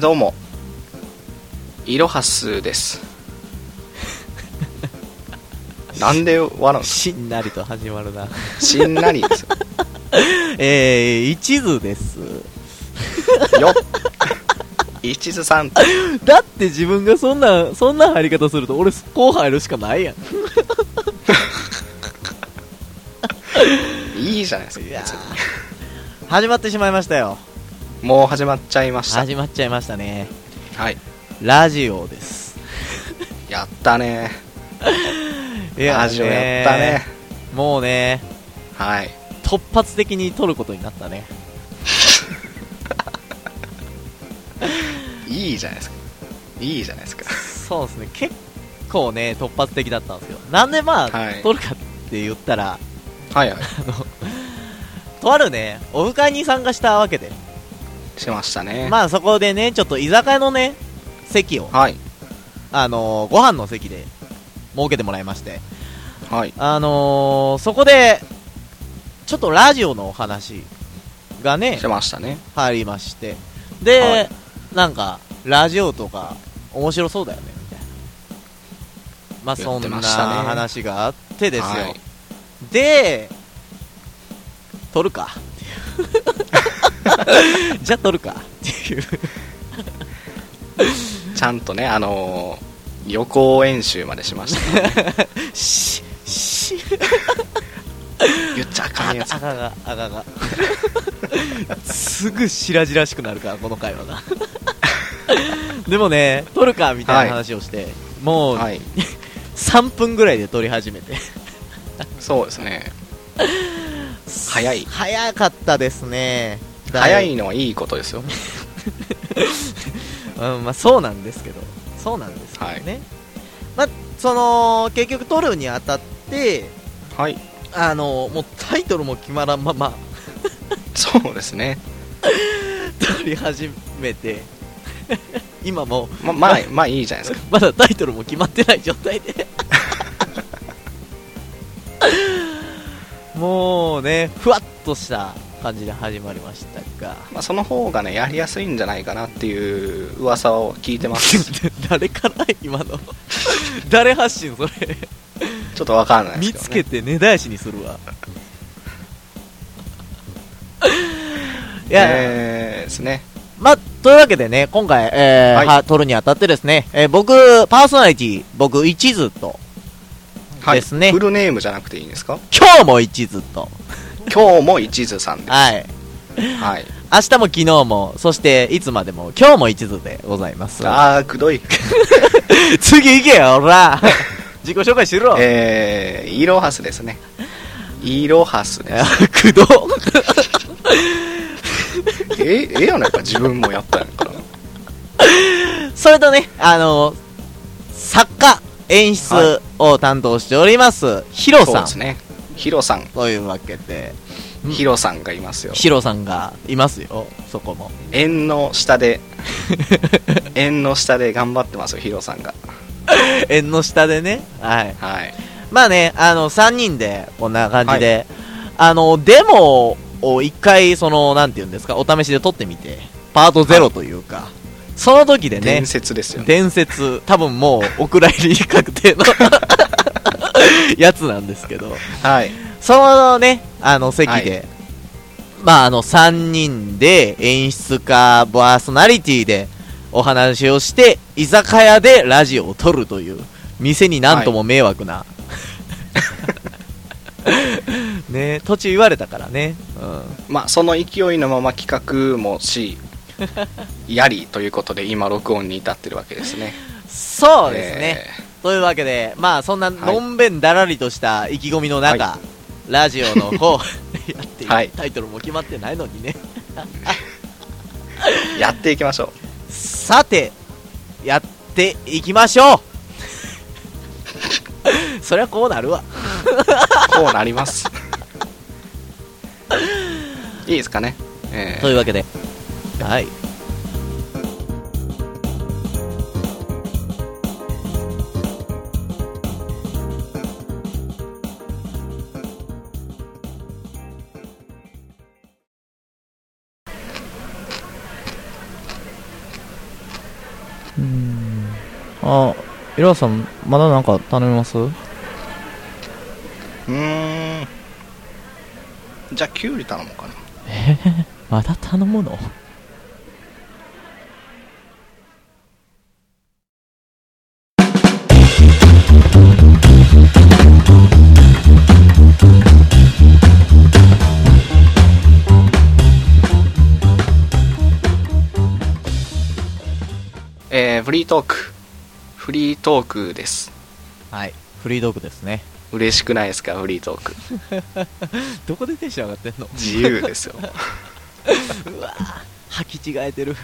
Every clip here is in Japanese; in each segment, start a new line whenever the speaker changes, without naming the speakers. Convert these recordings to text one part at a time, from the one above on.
どうもイロハスです なんで笑う
しんなりと始まるな。
のしんなりですよ
えー、一途です。
よっ一途さん
だって自分がそんな、そんな入り方すると俺こう入るしかないやん。
いいじゃないですか別に
始まってしまいましたよ。
もう始まっちゃいました
始まっちゃいましたね。
はい
ラジオです。
やったね
いや
ラジオやったね。
もうね、
はい
突発的に撮ることになったね。
いいじゃないですかいいじゃないですか
そうですね、結構ね、突発的だったんですよ。なんでまあ、
はい
撮るかって言ったら、
はいはい
とあるね、オフ会に参加したわけで。
しましたね、
まあそこでね、ちょっと居酒屋のね、席を、
はい
あのーご飯の席で設けてもらいまして、
はい
あのーそこで、ちょっとラジオのお話がね
し、ましたね
入りまして、で、
はい
なんか、ラジオとか、面白そうだよね、みたいな。まあ
言
そ
って
ん
ま
な
したね
話があってですよ。
はい
で、撮るか。 っていうじゃあ 撮るか。っていう。
ちゃんとねあのー予行演習までしました ね
し、し、
言っちゃあか
あ
んやつ
あがが、あがが。すぐ白々しくなるから、この会 話が。でもね、撮るかみたいな話をして、もう
はい
3分ぐらいで撮り始めて。
そうですね早い
早かったですね。だ
早いのはいいことですよ
うん、まあそうなんですけど、そうなんですけどね。まあ、その、結局撮るにあたって、
はい
あのもうタイトルも決まらんまま
そうですね
撮り始 めて、今もう
ままあまあいいじゃないですか
まだタイトルも決まってない状態で もうねふわっとした感じで始まりましたが
まあ、その方がねやりやすいんじゃないかなっていう噂を聞いてます
誰から今の 誰発信それ、
ちょっとわかんないです
見
けど、ね、
つけて根絶やしにする わいや、
えーですね
まあ、というわけでね、今回、えー
はい
は撮るにあたってですね、えー僕、パーソナリティ、僕、一途と、
はい
ですね
フルネームじゃなくていいんですか
今日も一途と、
今日も一途さんで
はい。
すはい
明日も昨日も、そして、いつまでも、今日も一途でございます。
ああくどい
次行けよ、おら 自己紹介しろ。
えー、イロハスですねイロハス です
あくど。
えええやんやっぱ自分もやったんやから
それとね、あの作家、演出を担当しております、ヒロ
そう
さ
で
ん。
すねヒロさん
というわけで、うん
ヒロさんがいますよ
ヒロさんがいますよ、そこも。
縁の下で 縁の下で頑張ってますよヒロさんが
縁の下でね、はい。
はい
まあね、あの、3人で、こんな感じで、あの、デモを一回、その、なんていうんですか、お試しで撮ってみて、パートゼロというか、その時でね
伝、説ですよね
伝説、多分もう、お蔵入り確定の、 やつなんですけど、
はい
そのね、あの、席で、
は
まあ、あの、3人で、演出家、パーソナリティで、お話をして、居酒屋でラジオを撮るという、店になんとも迷 惑な、ね、途中言われたからね、う
まあその勢いのまま企画も しやりということで今録音に至ってるわけですね
ん、そうですね、
え
というわけで、まあ、そんな、
はい
のんべんだらりとした意気込みの中、
は
ラジオの 方、やって、
はい
タイトルも決まってないのにね。
ーやっていきましょ
さて、やっていきましょう そりゃこうなるわ。
うこうなりますいいですかねえ
というわけで、はい。
うんあイラさんまだなんか頼みます
うーんじゃあキュウリ頼もうかな
まだ頼むの
えー、フリートークフリートークです
はいフリードッグですね
嬉しくないですかフリートーク
どこでテンション上がってんの
自由ですよ
履き違えてる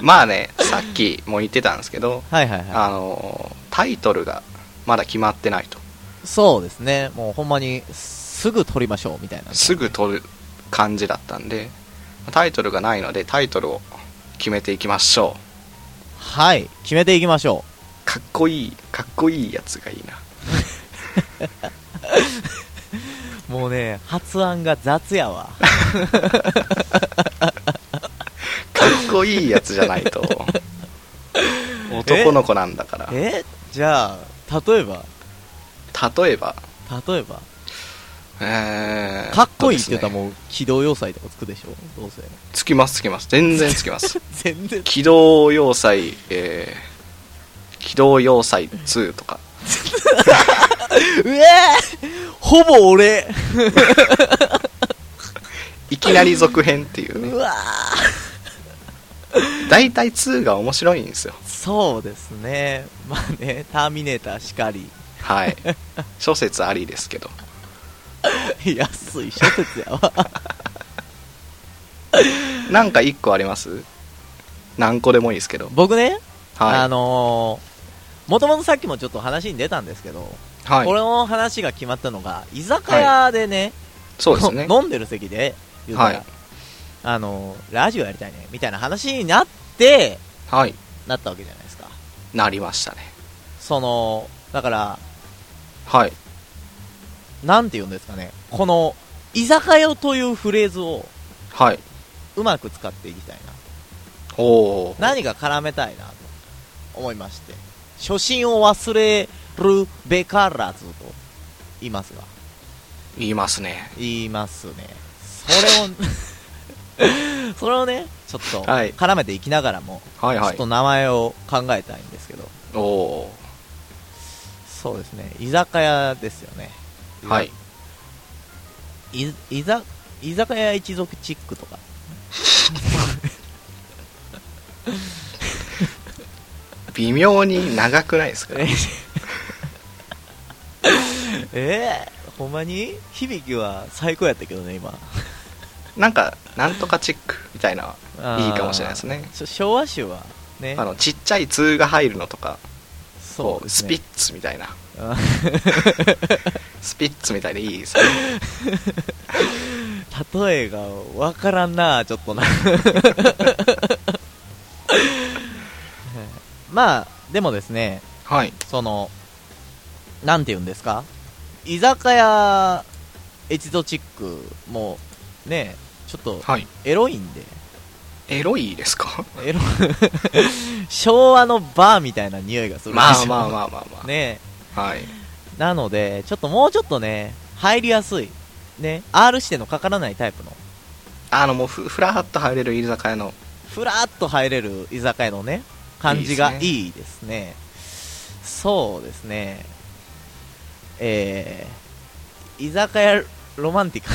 まあねさっきも言ってたんですけど
はいはいは
あのータイトルがまだ決まってないと
いそうですねもうほんまにすぐ撮りましょうみたいな
すぐ取る感じだったんでタイトルがないのでタイトルを決めていきましょう
はい決めていきましょ
かっこいいかっこいいやつがいいな
うもうね発案が雑やわ
かっこいいやつじゃない と男の子なんだから
えじゃあ例えば
例えば
例えば
えー
かっこいいって言ったら
ん
もう軌道要塞とかつくでしょどうせ
つきますつきます全然つきます
全然
機動要塞えー、機動要塞2とか
うえーほぼ俺
いきなり続編っていう
う
ね
わ
大体2が面白いんですよ
ーそうですねまあねターミネーターしかり
はい諸説ありですけど
安い諸説やわ
なんか1個あります何個でもいいですけど
僕ね、あ
は
のー、もともとさっきもちょっと話に出たんですけど、
い、は
こ
い、
れの話が決まったのが居酒屋でね,
そうですね
の、飲んでる席で言うたら、
はい
あのーラジオやりたいねみたいな話になって
はい
なったわけじゃないですか
なりましたね
そのだから
はい
なんて言うんですかねこの居酒屋というフレーズを
はいう
まく使っていきたいな
おー
何か絡めたいなと思いまして初心を忘れるべからずと言いますが
言いますね
言いますねそれを それをねちょっと
はい
絡めていきながらも、
はいは
ちょっ
い
と名前を考えたいんですけど
おお
そうですね居酒屋ですよね
ーはい
い居ざ居酒屋一族チックとか
微妙に長くないですか
え えー、ほんまに響きは最高やったけどね今
なんかなんとかチックみたいな
あー
いいかもしれないですね
しょ昭和種はね
あのちっちゃい「通」が入るのとか
そ
こ
うで
う
す
ス
ね
ピッツみたいな
あ
スピッツみたいでいいですね
例えがわからんなちょっとな まあでもですね
はい
そのなんて言うんですか居酒屋エチゾチックもねちょっと
はい
エロいんで、
エロいですか
エロ 昭和のバーみたいな匂いがするんで
まあ
すよ
まあまあまあまあ、
ね
はい
なのでちょっともうちょっとね入りやすいね R してのかからないタイプの
あのもうふふらっと入れる居酒屋の
ふらっと入れる居酒屋のね感じがいいですねそうですねえー、居酒屋ロマン ティック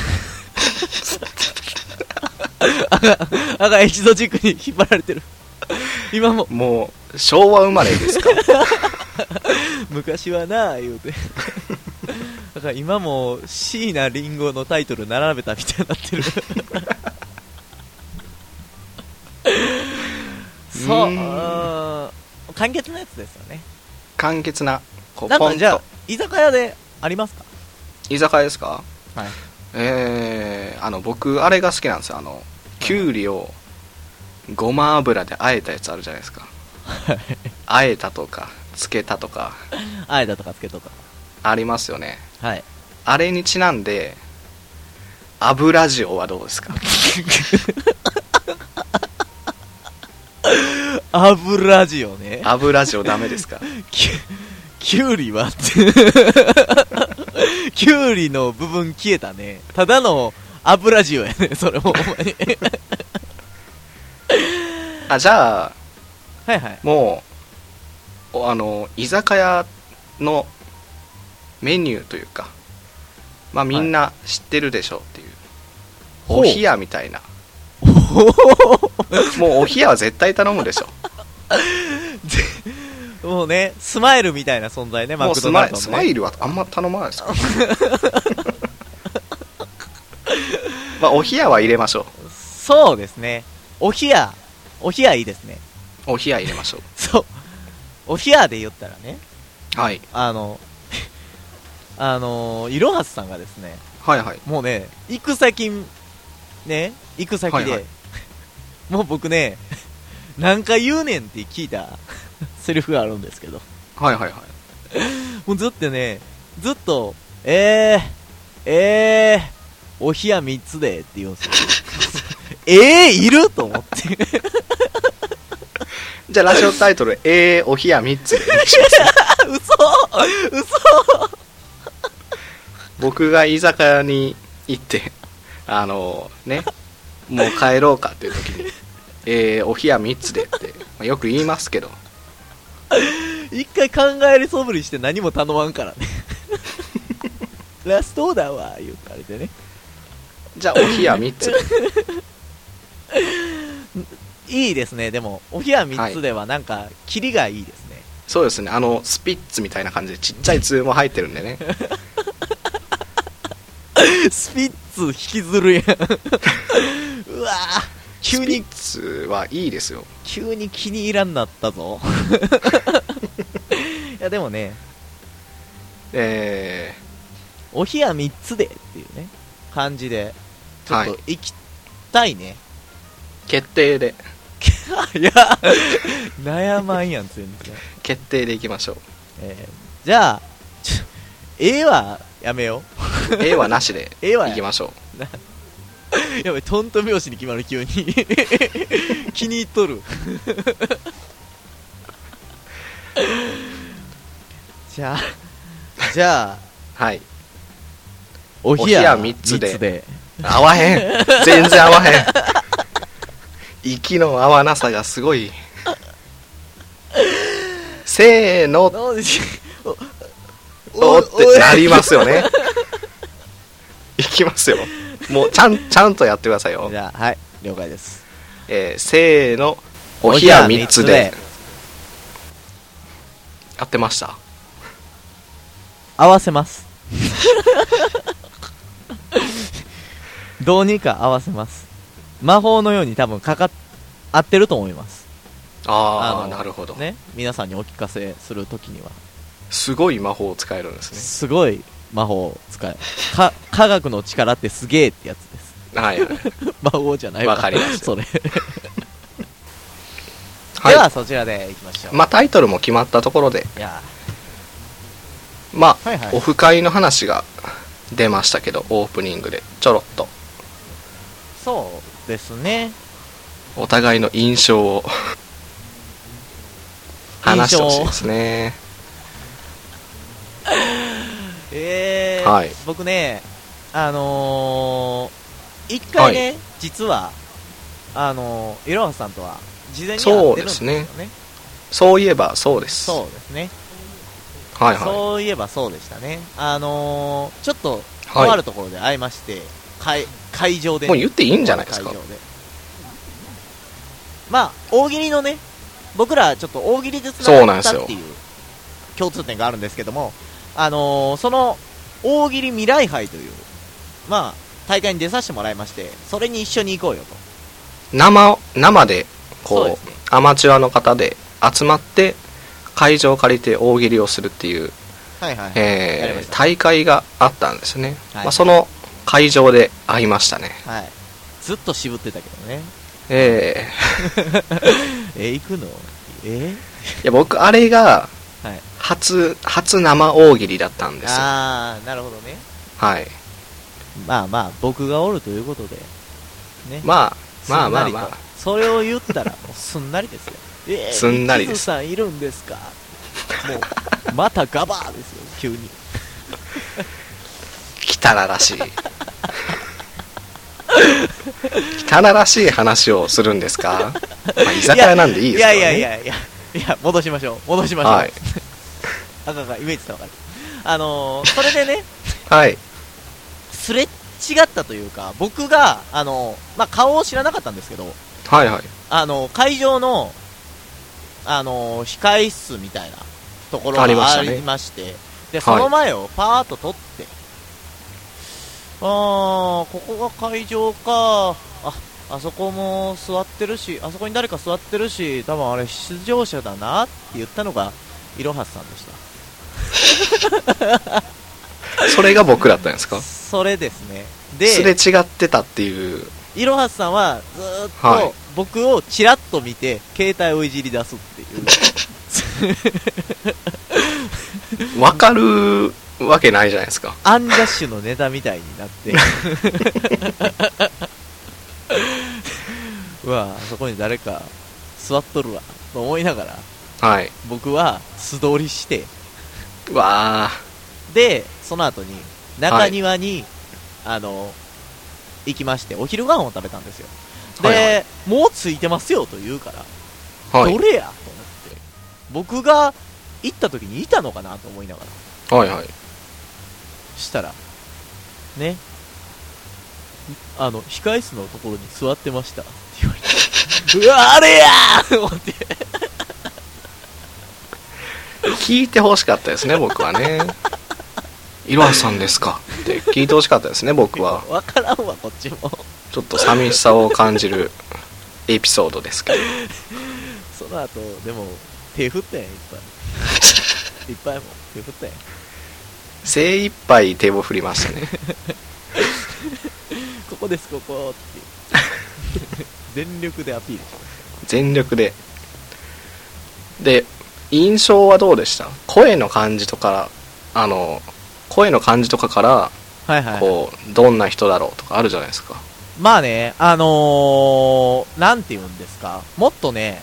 赤赤エキゾチックに引っ張られてる今も
もう昭和生まれです か
昔はなあ言うてだから今も椎名林檎のタイトル並べたみたいになってる
う
そうう
ーん
ーん簡潔なやつですよね
簡潔なこう
なん
ポ
か
ン
じゃあ
と
居酒屋でありますか
居酒屋ですか
はい
えー、あの僕あれが好きなんですよあのきゅうりをごま油であえたやつあるじゃない ですかあえたとかつけたとか
あえだとかつけとか
ありますよね
はい
あれにちなんで油 塩はどうですか
油塩ね。
油塩ダメですか
きゅきゅうりはって。きゅうりの部分消えたね。ただの油塩やね。それも、ほんまに。
あじゃあ
はいはい。
もうおあの居酒屋のメニューというかまあみんな知ってるでしょうっていう、
ほう
お冷やみたい なもうお冷やは絶対頼むで しょ
もうね、スマイルみたいな存在ね、
も
マ
う
ク
ス
ドナ
マ
ル
イ
ドの、ね。
スマイルはあんま頼まないですから まあお冷やは入れましょ
そうですね。お冷や、お冷やいいですね。
うお冷や入れましょ
そう。お冷やで言ったらね、
う、はい、
あの、 あの、いろはすさんがですね、
はいはい
もうね、行く先、ね、行く先
はい
で、
はい
もう僕ね、何回言うねんって聞いたセリフがあるんですけど、
はいはいはい
もうずっとね、ずっと、えー、えー、お冷や3つでって言うんですよ。 えー、いると思って。
じゃあラジオタイトル 「ええお冷や3つ」でお願いします
嘘嘘
僕が居酒屋に行ってあのねもう帰ろうかっていう時 に「えー、お冷や3つで」って、まあよく言いますけど
一回考えるそぶりして何も頼まんからね。 ラストオーダーは言ったあれでね。
じゃあお冷や3つで
いいですね、でも、お部屋3つではなんか、キリがいいですね。
そうですねあのスピッツみたいな感じでちっちゃい通も入ってるんで ね
スピッツ引きずるやん。 うわぁ、急に、
スピッツはいいですよ
急に気に入らんなったぞ。 いや、でもね、
え
お部屋3つでっていうね、感じで、ちょっ
は
と
い
行きたいね。
ー、決定で
い、や、悩まんやん、全然。
決定でいきまし ょう
えーじゃあ、ちょ、A はやめよ
A はなしで
A はや
いきましょ
う。やばい、トント拍子に決まる、急に。気に入っとる。じゃあ、じゃあ、
うはい
お
冷
冷
や
や
三
三
つ
つ
で
で。
合わへん全然合わへん息の合わなさがすごいせーの
どうでしょ
おーってなりますよねいきますよもうちゃんちゃんとやってくださいよ
じ、ゃあ、はい、了解です。
えーせーのお冷や3つで合ってました
合わせます。どうにか合わせます。魔法のように多分かかっ、合ってると思います。
あ
の
あなるほど、
ね、皆さんにお聞かせするときには、
すごい魔法を使えるんです
すごい魔法を使え、か、科学の力ってすげえってやつ です。
ねはいはい
魔法じゃないわ。
わかりました
それ。
はい
では、そちらでいきましょう。
まあタイトルも決まったところで
いや
まあ、
はいはい
オフ会の話が出ましたけどオープニングでちょろっと
そうですね。
お互いの印象を話してほしいですね
えー
はい
僕ね、あのー、一回ね、実は、あのー、いろはさんとは、事前に会ってるんですよね。
そうでそういえばそうです
そうですね。
はいは
そういえばそうでしたね。あのー、ちょっと、
はい
とあるところで会いまして、会会場で
い
ね、
もう言っていいんじゃないですか
会場でまあ、大喜利のね、僕らちょっと大喜利でつ
そう
な
なんで
がっ
す
た
よ
っていう共通点があるんですけども、あのーその大喜利未来杯という、まあ、大会に出させてもらいまして、それに一緒に行こうよと。
生生でこ
そううですね
アマチュアの方で集まって会場を借りて大喜利をするっていう、
はいはい、やり
え
ま
ー
した
大会があったんですね、
はい
まあ、その会場で会いましたね
はい。ずっと渋ってたけどね。
え
え、行くの
ー
え
いや僕あれが
はい。
初初生大喜利だったんですよ
あー、なるほどね。
はい
まあまあ、僕がおるということで、ね。
まあまあまあ
すんな
ま
りとそれを言ったらもうすんなりですよえー、
すんなりです
水さんいるんですかもうまたガバーですよ急に
汚らしい汚らしい話をするんです か、まあ、居酒屋なんでいいですから、ね、
いやいやいやいやいや戻しましょう戻しましょう、
はい、
赤がイメージしたわかるあのーそれでね
はい、
すれ違ったというか僕があのーまあ顔を知らなかったんですけど
はいはい
あのー会場のあのー控え室みたいなところがあ
あ
り
り
ま
まし
して
たね
でその前をパーッと取って、あーここが会場かああそこも座ってるしあそこに誰か座ってるし多分あれ出場者だなって言ったのがいろはさんでした
それが僕だったんですか
それですね。
すれ
で、
違ってたっていう
いろはさんはずーっ
は
と
い
僕をチラッと見て、携帯をいじり出すっていう。
分かるわけないじゃないですか
アンジャッシュのネタみたいになって。 うわあそこに誰か座っとるわ。と思いながら、
はい
僕は素通りして、
うわあ
で、その後に、中庭に、あの、行きまして、お昼ご飯を食べたんですよ。で、
はい
もうついてますよと言うから、
はい
どれやと思って僕が行った時にいたのかなと思いながら
はいはい
したらねあの控え室のところに座ってましたって言われてうわあれやーと思って
聞いてほしかったですね僕はね「いろはさんですか?」って聞いてほしかったですね僕は
わからんわこっちも
ちょっと寂しさを感じるエピソードですけど
その後でも手振ったやんいっぱいいっぱいも手振ったやん
精一杯手を振りましたね
ここですここって全力でアピールし
全力でで印象はどうでした声の感じとかあの声の感じとかから
たはいは
こうどんな人だろうとかあるじゃないですか
まあねあのー、なんて言うんですかもっとね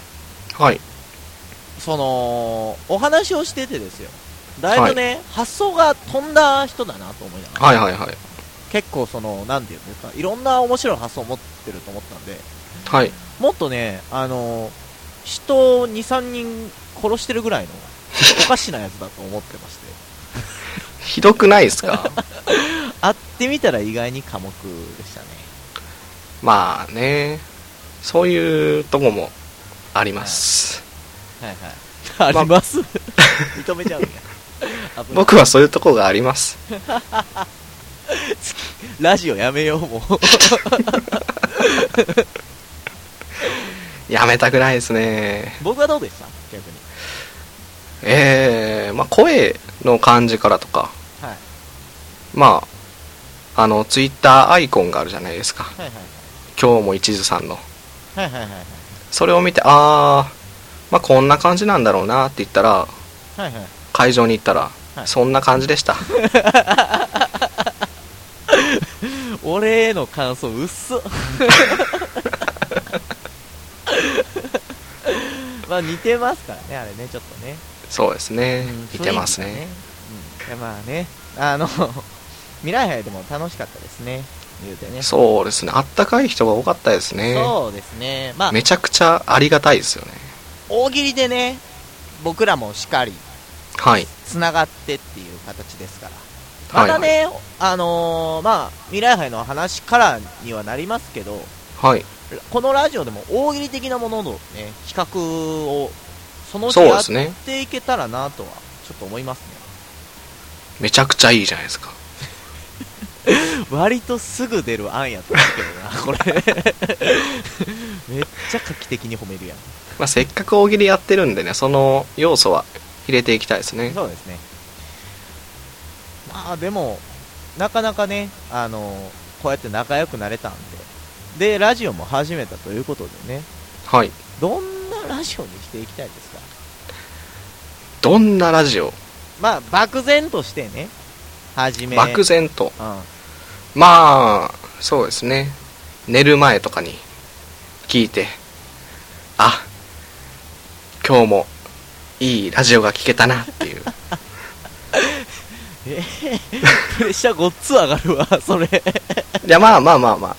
はい
そのお話をしててですよだいぶね、発想が飛んだ人だなと思いながら、
はいはいはい
結構そのなんていうんですかいろんな面白い発想を持ってると思ったんで
はい
もっとねあの人を23人殺してるぐらい のおかしなやつだと思ってまして
ひどくないです か
会ってみたら意外に寡黙でしたね
まあねそういうとこもあります、
はいはいあります 認めちゃうんや危ない
僕はそういうとこがあります
ラジオやめよう もう
やめたくないですね
僕はどうでした逆に
えー、まあ声の感じからとか
はい
まああのツイッターアイコンがあるじゃないですか
はい
今日も一途さんの
はいはいはいはいはい
それを見てあーまあこんな感じなんだろうなって言ったら
はいはい
会場に行ったら、
はい
そんな感じでした
俺への感想う っそまあ似てますからねあれねちょっとね
そうですね
うん
似てますね
雰囲気がねうん、いやまあねあの 未来杯でも楽しかったですね言うてね
そうですねあったかい人が多かったですね
そうですねまあ
めちゃくちゃありがたいですよね
大喜利でね僕らもしっかり
はい
つながってっていう形ですからま
はい
たね、あのーまあ未来杯の話からにはなりますけど
はい
このラジオでも大喜利的なもののね比較をそのうち
そう
や
で
っ
すね
ていけたらなとはちょっと思いますね
めちゃくちゃいいじゃないですか
割とすぐ出る案やったんだけど なこれめっちゃ画期的に褒めるやん
まあ、せっかく大喜利やってるんでねその要素は入れていきたいですね
そうですねまあでもなかなかねあのこうやって仲良くなれたんででラジオも始めたということでね
はい
どんなラジオにしていきたいですか
どんなラジオ
まあ漠然としてね始め
漠然と
うん
まあそうですね寝る前とかに聞いてあ今日もいいラジオが聞けたなっていう
プレッシャーごっつ上がるわ、 それ。
いやまあまあまあまあ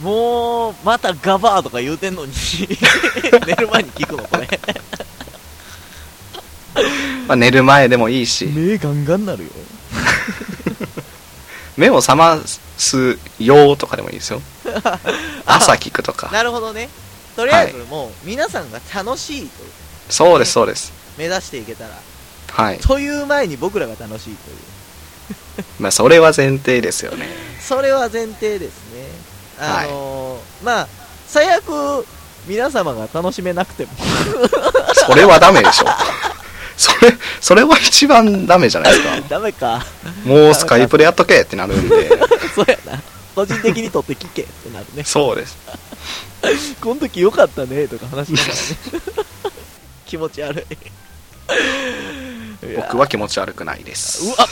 もう、またガバーとか言うてんのに、 寝る前に聞くの、これ。
まあ寝る前でもいいし
目ガンガンなるよ。
目を覚ますようとかでもいいです よ朝聞くとか
なるほどね。とりあえずもう、皆さんが楽しいという
そうですそうです
目指していけたら、
はい
という前に僕らが楽しいという。
まあそれは前提ですよね
それは前提ですね。あのーまあ、最悪、皆様が楽しめなくても、
それはダメでしょ それそれは一番ダメじゃないですか
ダメか。
もうスカイプでやっとけってなるんで
そうやな。個人的に撮って聞けってなるね。
そうです
この時良かったねとか話してた らね。気持ち悪い。いや
僕は気持ち悪くないです
うわ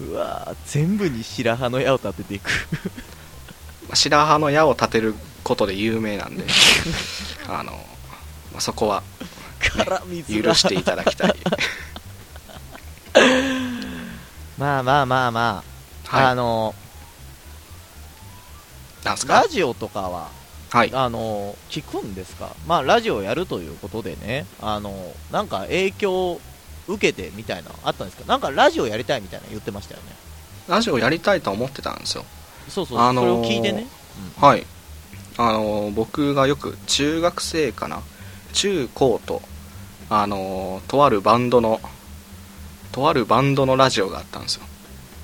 うわ 全部に白羽の矢を立てていく。
白羽の矢を立てることで有名 なんであの、まあ、そこは
絡みづら
許していただきた い
まあまあまあまあ、
は
あ
い
の、
なんすか
ラジオとかは、
はい
あの、聞くんですかまあ、ラジオやるということでね、あの、なんか影響受けてみたいな、あったんですかなんかラジオやりたいみたいな言ってましたよね。
ラジオやりたいとは思ってたんですよ
そうそう、
あのー
それを聞いてね。
はいあの僕がよく中学生かな中高とあのとあるバンドのとあるバンドのラジオがあったんですよ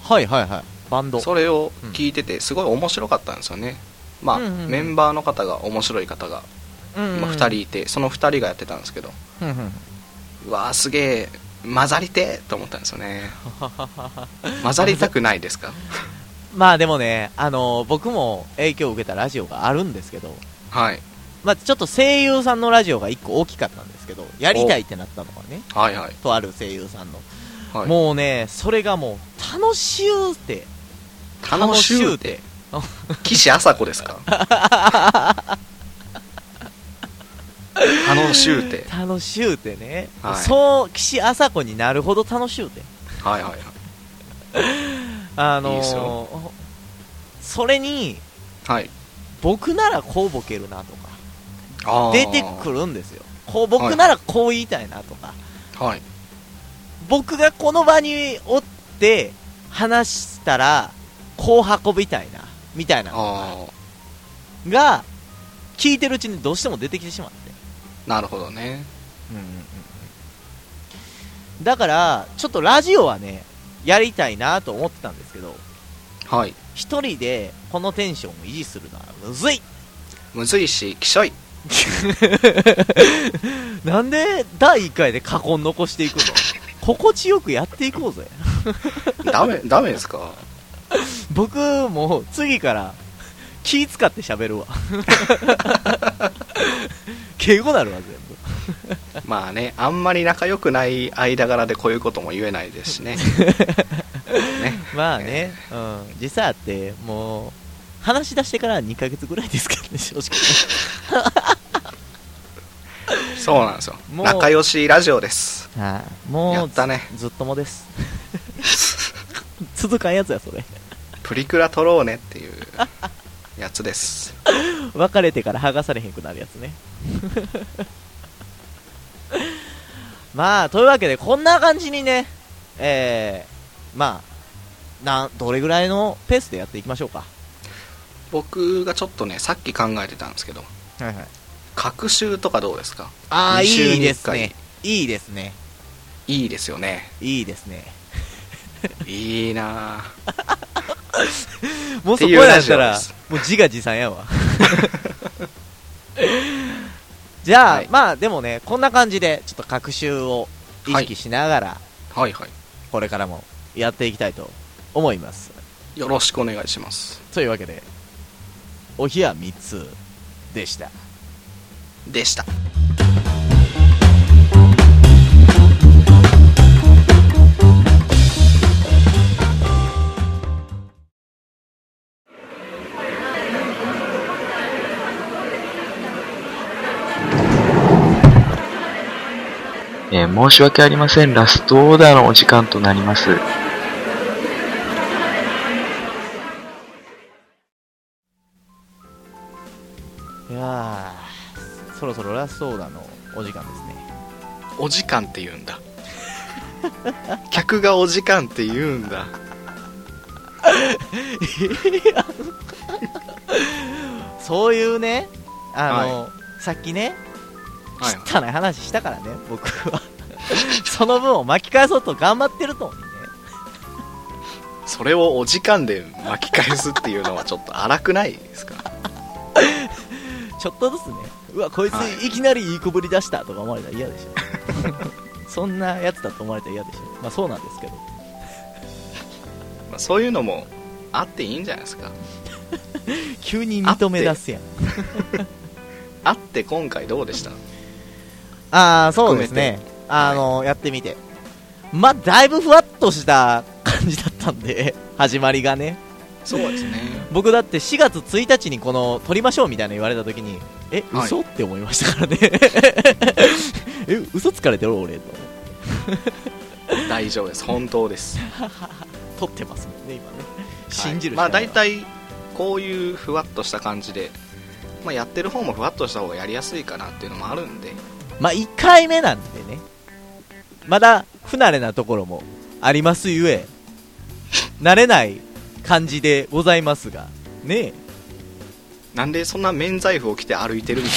はいはいはい。バンド。
それを聞いててすごい面白かったんですよね、まあ、
うんうんうん
メンバーの方が面白い方が
うんうんうん
今2人いて、その2人がやってたんですけど
うんうん
うわーすげえ混ざりてえと思ったんですよ ね混ざりたくないですか
まあでもね、あのー僕も影響を受けたラジオがあるんですけど、
はい
まあ、ちょっと声優さんのラジオが1個大きかったんですけど、やりたいってなったのがね、
はいはい
とある声優さんの、
はい
もうね、それがもう楽しゅうて、
楽しゅうて岸朝子ですか楽しゅうて
楽しゅうてね、
はい
そう、岸朝子になるほど楽しゅうて、
はいはいはい
あ
いい
の
です
ーそれに、
はい
僕ならこうボケるなとか、
あー
出てくるんですよ、こう僕ならこう言いたいなとか、
はい
僕がこの場におって話したらこう運びたいなみたいなの
あ
が聞いてるうちにどうしても出てきてしまって、
あなるほどね
だからちょっとラジオはねやりたいなと思ってたんですけど
はい
一人でこのテンションを維持するのはむずい
むずいしきしょい
なんで第1回で過去を残していくの心地よくやっていこうぜ
ダメ ダメですか
僕もう次から気使って喋るわ 敬語なるわ全部
まあねあんまり仲良くない間柄でこういうことも言えないですし ねね
まあね、うん、実際あってもう話し出してから2ヶ月ぐらいですからね正 直
そうなんですよ
もう
仲良しラジオです
はいもう
やったね
ずずっともです 続かんやつやそれ
プリクラ撮ろうねって いうやつです
別れてから剥がされへんくなるやつね まあというわけでこんな感じにねえー、まあなんどれぐらいのペースでやっていきましょうか
僕がちょっとねさっき考えてたんですけど
はいはい
隔週とかどうですか
ああ
二
い
週に
いです
一
ねいいですね
いいですよね
いいですね
いいなあ
もう
って
そこ
いう
までや
ラ
っ
ジ
た
オ
ら
です
もう自画自賛やわ じゃあ、
はい
まあでもねこんな感じでちょっと学習を意識しながら、
はいは
これからもやっていきたいと思います
いよろしくお願いします
というわけでお冷や3つでした
でした
申し訳ありません。ラストオーダーのお時間となります。
いやーそろそろラストオーダーのお時間ですね
お時間って言うんだ客がお時間って言うんだ
そういうねあの、
は
さっきね
はい
汚い話したからね僕は その分を巻き返そうと頑張ってると思うね
それをお時間で巻き返すっていうのはちょっと荒くないですか
ちょっとずつねうわこいつ
はい
いきなりいいこぶり出したとか思われたら嫌でしょ そんなやつだと思われたら嫌でしょまあそうなんですけど
まあそういうのもあっていいんじゃないですか
急に認め出すやん
あって今回どうでした
ああそうですねあの、やってみてまあだいぶふわっとした感じだったんで 始まりがね
そうですね
僕だって4月1日にこの撮りましょうみたいな言われた時にえ
はい
嘘、って思いましたからね え嘘つかれてる俺と
大丈夫です本当です
撮ってますもんね今ね信じるし
ま
か
あ
ない
大体こういうふわっとした感じで、まあ、やってる方もふわっとした方がやりやすいかなっていうのもあるんで
まあ1回目なんでねまだ不慣れなところもありますゆえ慣れない感じでございますがね
なんでそんな免罪符を着て歩いてるみた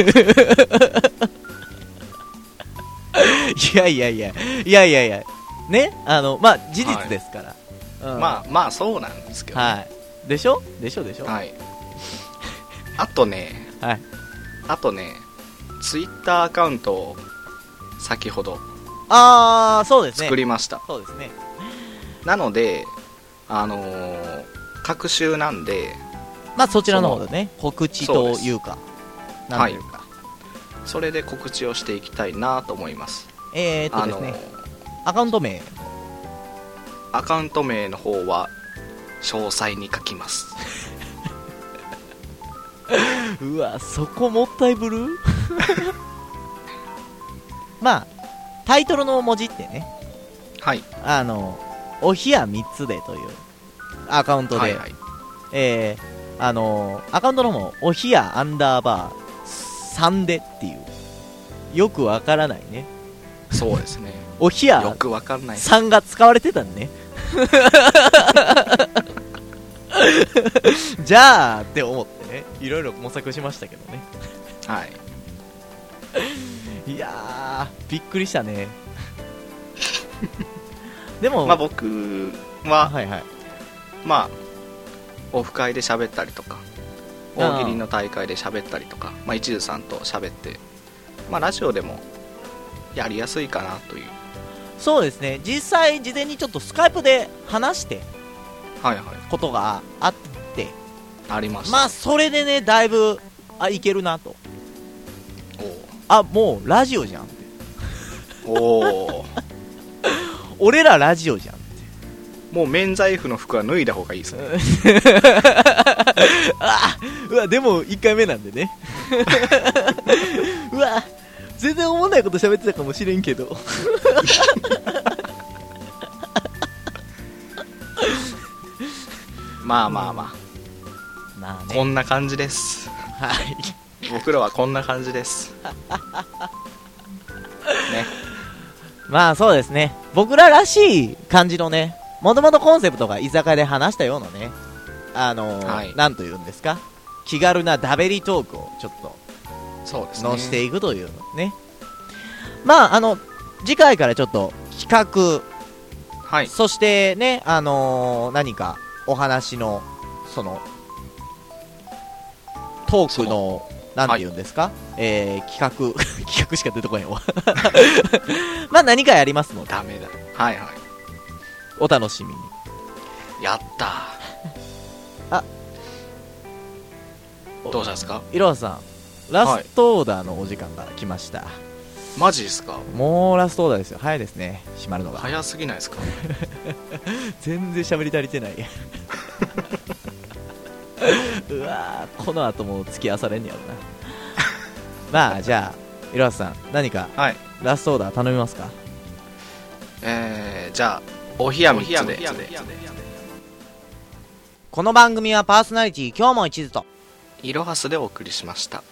い
えいやいやいやいやいやいやねあのまあ事実ですから、
な、
うん
まあまあそうなんですけど、
はいでしょでしょでしょ
はい、あとね
はい
あとねツイッターアカウントを先ほど
ああそうですね
作りました、
そうですね
なのであのー、各週なんで
まあそちらの方でね告知というかなん
は
と
い
いうか、
それで告知をしていきたいなと思います
えー、っ
あ
とです
の
ね、
ー
アカウント名
アカウント名の方は詳細に書きます
うわそこもったいぶる まあタイトルの文字ってね
はい
あのお冷や3つでというアカウントで、
はいはい
えーあのアカウントの方もお冷やアンダーバー3でっていうよくわからないね
そうですね
お冷
よ
や
くわかんない
3が使われて たんねじゃあって思ってねいろいろ模索しましたけどね
はい
いやー、びっくりし たね。でも、
まあ僕は、
はいはい。
まあオフ会で喋ったりとか大喜利の大会で喋ったりとかまあ、一途さんと喋ってまあラジオでもやりやすいかなという
そうですね、実際、事前にちょっとスカイプで話して
はいはい
ことがあって、
ありました
まあ、それでね、だいぶ、あ、いけるなと。あ、もう、ラジオじゃん。
おおお
俺らラジオじゃん。
もう免罪符の服は脱いだ方がいいですね
あうわ、でも、1回目なんで ね。うわ、全然思んないこと喋ってたかもしれんけど。
まあまあまあ、
まあ
こ
ね、
んな感じです
はい。
僕らはこんな感じですね
まあそうですね僕ららしい感じのねもともとコンセプトが居酒屋で話したようなねあのー
はい
なんというんですか気軽なダベリトークをちょっと
そうですね
のしていくというねまああの次回からちょっと
は
企画
い
そしてねあのー何かお話のそのトークのなんて言うんですか、えー企画 企画しか出てこへんわ まあ何かやりますので
ダメだはいは
お楽しみに
いやった
あ
どうしたんですか
いろはさんラストオーダーのお時間が来ました、
マジですか
もうラストオーダーですよ早いですね閉まるのが
早すぎないですか
全然喋り足りてない うわーこの後も付き合わされんやろなまあじゃあいろはさん何か
はい
ラストオーダー頼みますか
えー、じゃあお冷やみつで
この番組はパーソナリティ今日も一途と
いろはすでお送りしました